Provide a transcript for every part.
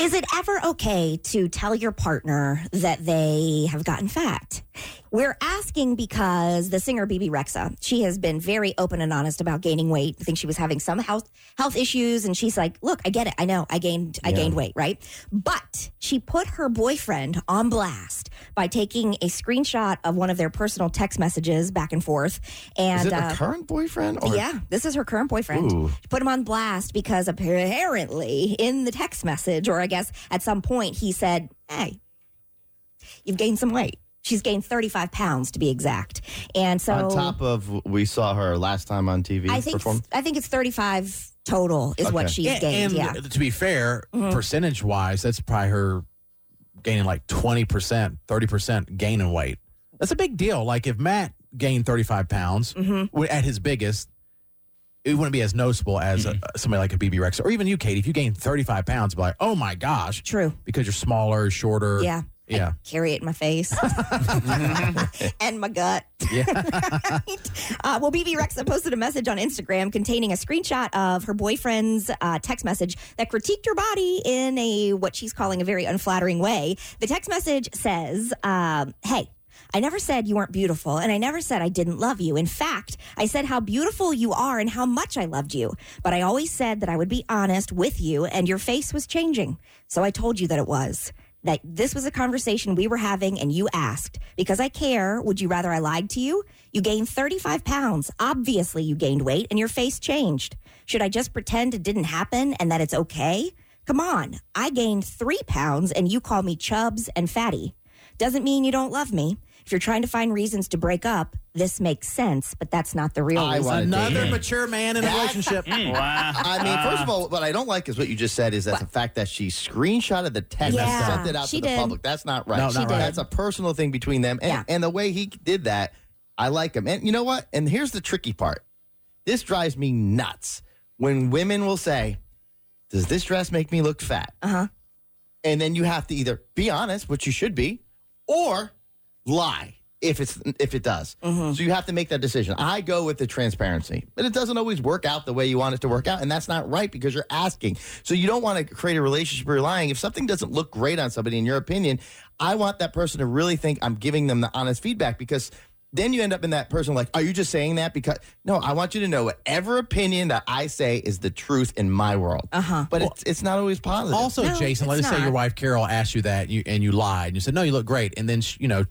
Is it ever okay to tell your partner that they have gotten fat? We're asking because the singer BB Rexa, she has been very open and honest about gaining weight. I think she was having some health health issues and she's like, "Look, I get it. I know. I gained I Yeah. gained weight, right?" But she put her boyfriend on blast by taking a screenshot of one of their personal text messages back and forth and Is it uh, her current boyfriend? Or yeah, this is her current boyfriend. Ooh. She Put him on blast because apparently in the text message, or I guess at some point, he said, Hey, you've gained some weight. She's gained 35 pounds to be exact. And so on top of we saw her last time on TV I think perform. I think it's 35 total is what Okay. she's And, gained. yeah. Mm-hmm. to be fair, percentage wise, that's probably her gaining like 20%, 30% gain in weight. That's a big deal. Like if Matt gained 35 pounds Mm-hmm. w- at his biggest, it wouldn't be as noticeable as uh Mm-hmm. somebody like a BB Rex or even you, Katie. If you gain 35 pounds, it'd be like, oh my gosh, True. because you're smaller, shorter. Yeah. Yeah. Carry it in my face and my gut. Yeah. Uh, well, BB Rexa posted a message on Instagram containing a screenshot of her boyfriend's uh, text message that critiqued her body in a what she's calling a very unflattering way. The text message says, um, "Hey." I never said you weren't beautiful, and I never said I didn't love you. In fact, I said how beautiful you are and how much I loved you. But I always said that I would be honest with you, and your face was changing. So I told you that it was that this was a conversation we were having and you asked because i care would you rather i lied to you you gained 35 pounds obviously you gained weight and your face changed should i just pretend it didn't happen and that it's okay come on i gained three pounds and you call me chubs and fatty doesn't mean you don't love me if you're trying to find reasons to break up this makes sense but that's not the real I reason wanna Another date. mature man in a relationship. wow. I mean, first of all, what I don't like is what you just said is that the fact that she screenshotted the text Yeah, and sent it out she to the did. public. That's not right. No, She not right. did. That's a personal thing between them. And, Yeah. and the way he did that, I like him. And you know what? And here's the tricky part this drives me nuts when women will say, Does this dress make me look fat? Uh huh. And then you have to either be honest, which you should be, or lie if it's if it does. So you have to make that decision. I go with the transparency, but it doesn't always work out the way you want it to work out, and that's not right because you're asking. So you don't want to create a relationship where you're lying. If something doesn't look great on somebody, in your opinion, I want that person to really think I'm giving them the honest feedback because. Then you end up in that person like, are you just saying that because? No, I want you to know whatever opinion that I say is the truth in my world. Uh-huh. Uh huh. But it's, it's not always positive. Also, No, Jason, let's it's say your not. wife Carol asked you that, and you, and you lied, and you said, "No, you look great." And then sh you know,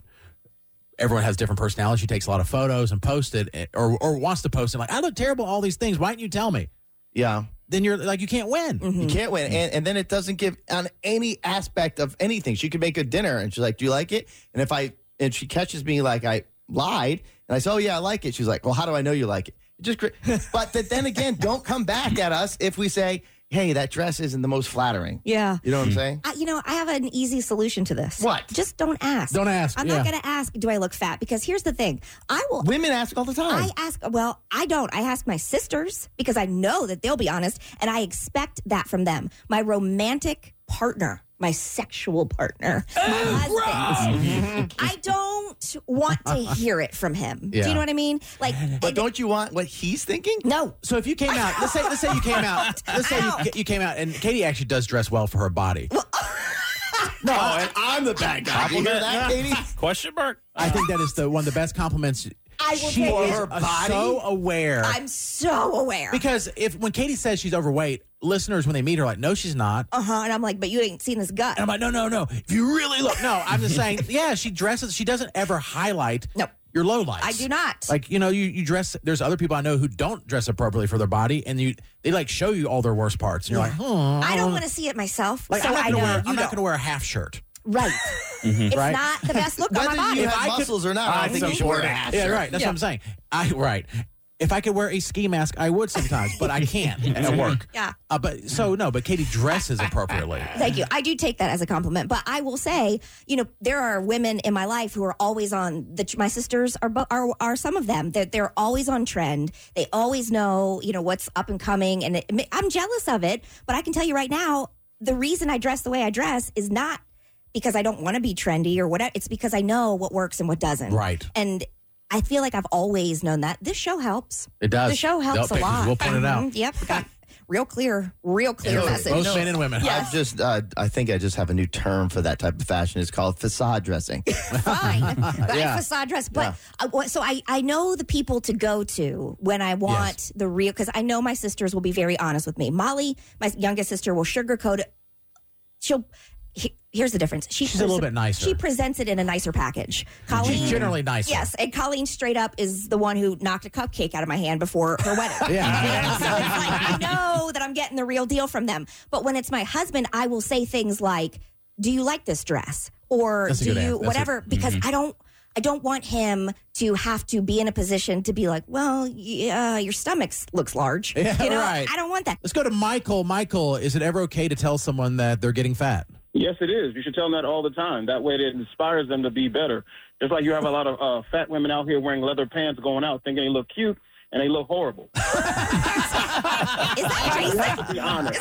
everyone has different personalities. She takes a lot of photos and posts it, eh, or or wants to post it. Like, I look terrible. All these things. Why didn't you tell me? yeah. Then you're like, you can't win. Mm-hmm. You can't win. And, and then it doesn't give on any aspect of anything. She could make a dinner and she's like, Do you like it? And if I, and she catches me like I lied and I say, Oh, yeah, I like it. She's like, Well, how do I know you like it? It just, cre- but th- then again, don't come back at us if we say, Hey, that dress isn't the most flattering. yeah You know what I'm saying? I, you know, I have an easy solution to this. What? Just don't ask. Don't ask, I'm yeah. not going to ask, do I look fat? Because here's the thing I will Women ask all the time. I ask, well, I don't. I ask my sisters because I know that they'll be honest and I expect that from them. My romantic partner, my sexual partner, my husband. I don't want to hear it from him. Do Yeah. you know what I mean? Like, but don't you want what he's thinking? no. So if you came out, let's say let's say you came out, let's say you, Ouch. you came out, and Katie actually does dress well for her body. No, and I'm the bad guy. You hear that, Katie? Question mark. I think that is the one of the best compliments. I will she take is it. For her uh, body? so aware. I'm so aware. because if when Katie says she's overweight, listeners when they meet her are like, no, she's not. uh huh. And I'm like, but you ain't seen this gut. And I'm like, no, no, no. If you really look, no. I'm just saying, yeah. She dresses. She doesn't ever highlight No. your low lights. I do not. Like you know, you you dress. There's other people I know who don't dress appropriately for their body, and you they like show you all their worst parts, and you're like, hmm. I don't want to see it myself. Like so I'm not I gonna know wear. you I'm don't. not gonna wear a half shirt. Right. It's Mm-hmm. Right? not the best look on Whether my body. you If have I could- muscles Oh, or not, I, I'm think so you should wear bored. an ass. Yeah, shirt. right. That's what I'm saying. I right. If I could wear a ski mask, I would sometimes, but I can't at work. Yeah. Uh, but so no, but Katie dresses appropriately. Thank you. I do take that as a compliment, but I will say, you know, there are women in my life who are always on the. My sisters are bu- are are some of them that they're, always on trend. They always know, you know, what's up and coming, and it, I'm jealous of it. But I can tell you right now, the reason I dress the way I dress is not because I don't want to be trendy or whatever. It's because I know what works and what doesn't. Right. And I feel like I've always known that. This show helps. It does. The show helps They'll a pick- lot. We'll point it out. Mhm. Yep. Got real clear, real clear Yeah, message. Both men and women. Yeah. I've just, uh, I think I just have a new term for that type of fashion. It's called facade dressing. fine. But I Yeah. facade dress. But I wa- so I, I know the people to go to when I want the real, because I know my sisters will be very honest with me. Molly, my youngest sister, will sugarcoat it. She'll, he- here's the difference. She She's a little pres- bit nicer. She presents it in a nicer package. Colleen. She's generally nicer. Yes, and Colleen straight up is the one who knocked a cupcake out of my hand before her wedding. Yeah. So it's like, I know that I'm getting the real deal from them. But when it's my husband, I will say things like, "Do you like this dress?" or That's a "Do good Mm-hmm. you answer. That's a- whatever?" because I don't. I don't want him to have to be in a position to be like, well, yeah, your stomach looks large. Yeah, you know, right. I don't want that. Let's go to Michael. Michael, is it ever okay to tell someone that they're getting fat? Yes, it is. You should tell them that all the time. That way, it inspires them to be better. Just like you have a lot of uh, fat women out here wearing leather pants, going out thinking they look cute and they look horrible. Is that Jason? To be honest,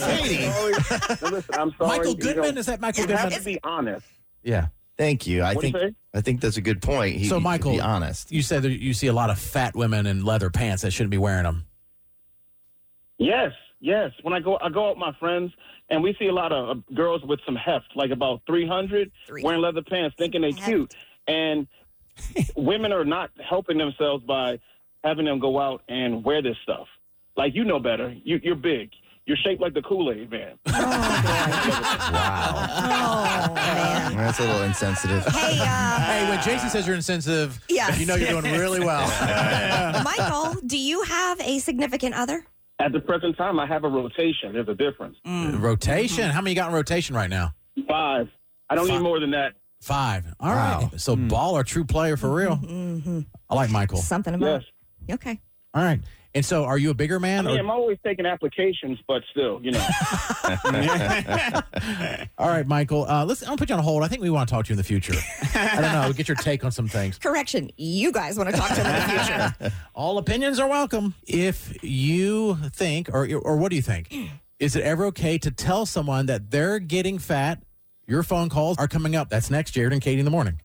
Now, listen, I'm sorry. Michael you Goodman? know, Is that Michael You have Goodman? to be honest. Yeah. Thank you. I What'd think you say? I think that's a good point. He- So, he- to Michael- be honest. You said that you see a lot of fat women in leather pants that shouldn't be wearing them. Yes, yes. When I go, I go out with my friends, and we see a lot of uh, girls with some heft, like about 300, Three. wearing leather pants, thinking they Heft. cute. And women are not helping themselves by having them go out and wear this stuff. Like you know better. You, you're big. You're shaped like the Kool Aid Man. Wow, Oh, man. that's a little insensitive. Hey, uh, hey, when Jason says you're insensitive, Yes. you know you're doing really well. Michael, do you have a significant other? At the present time, I have a rotation. There's a difference. rotation. How many you got in rotation right now? Mm. Five. I don't need more than that. Five. All right. Wow. So ball or true player for real. I like Michael. Something about Yes. Okay. All right. And so, are you a bigger man? I or- mean, I'm always taking applications, but still, you know. All right, Michael. Uh, listen, I'm gonna put you on hold. I think we want to talk to you in the future. I don't know. Get your take on some things. Correction. You guys want to talk to him in the future. All opinions are welcome. If you think, or or what do you think? Is it ever okay to tell someone that they're getting fat? Your phone calls are coming up. That's next, Jared and Katie in the morning.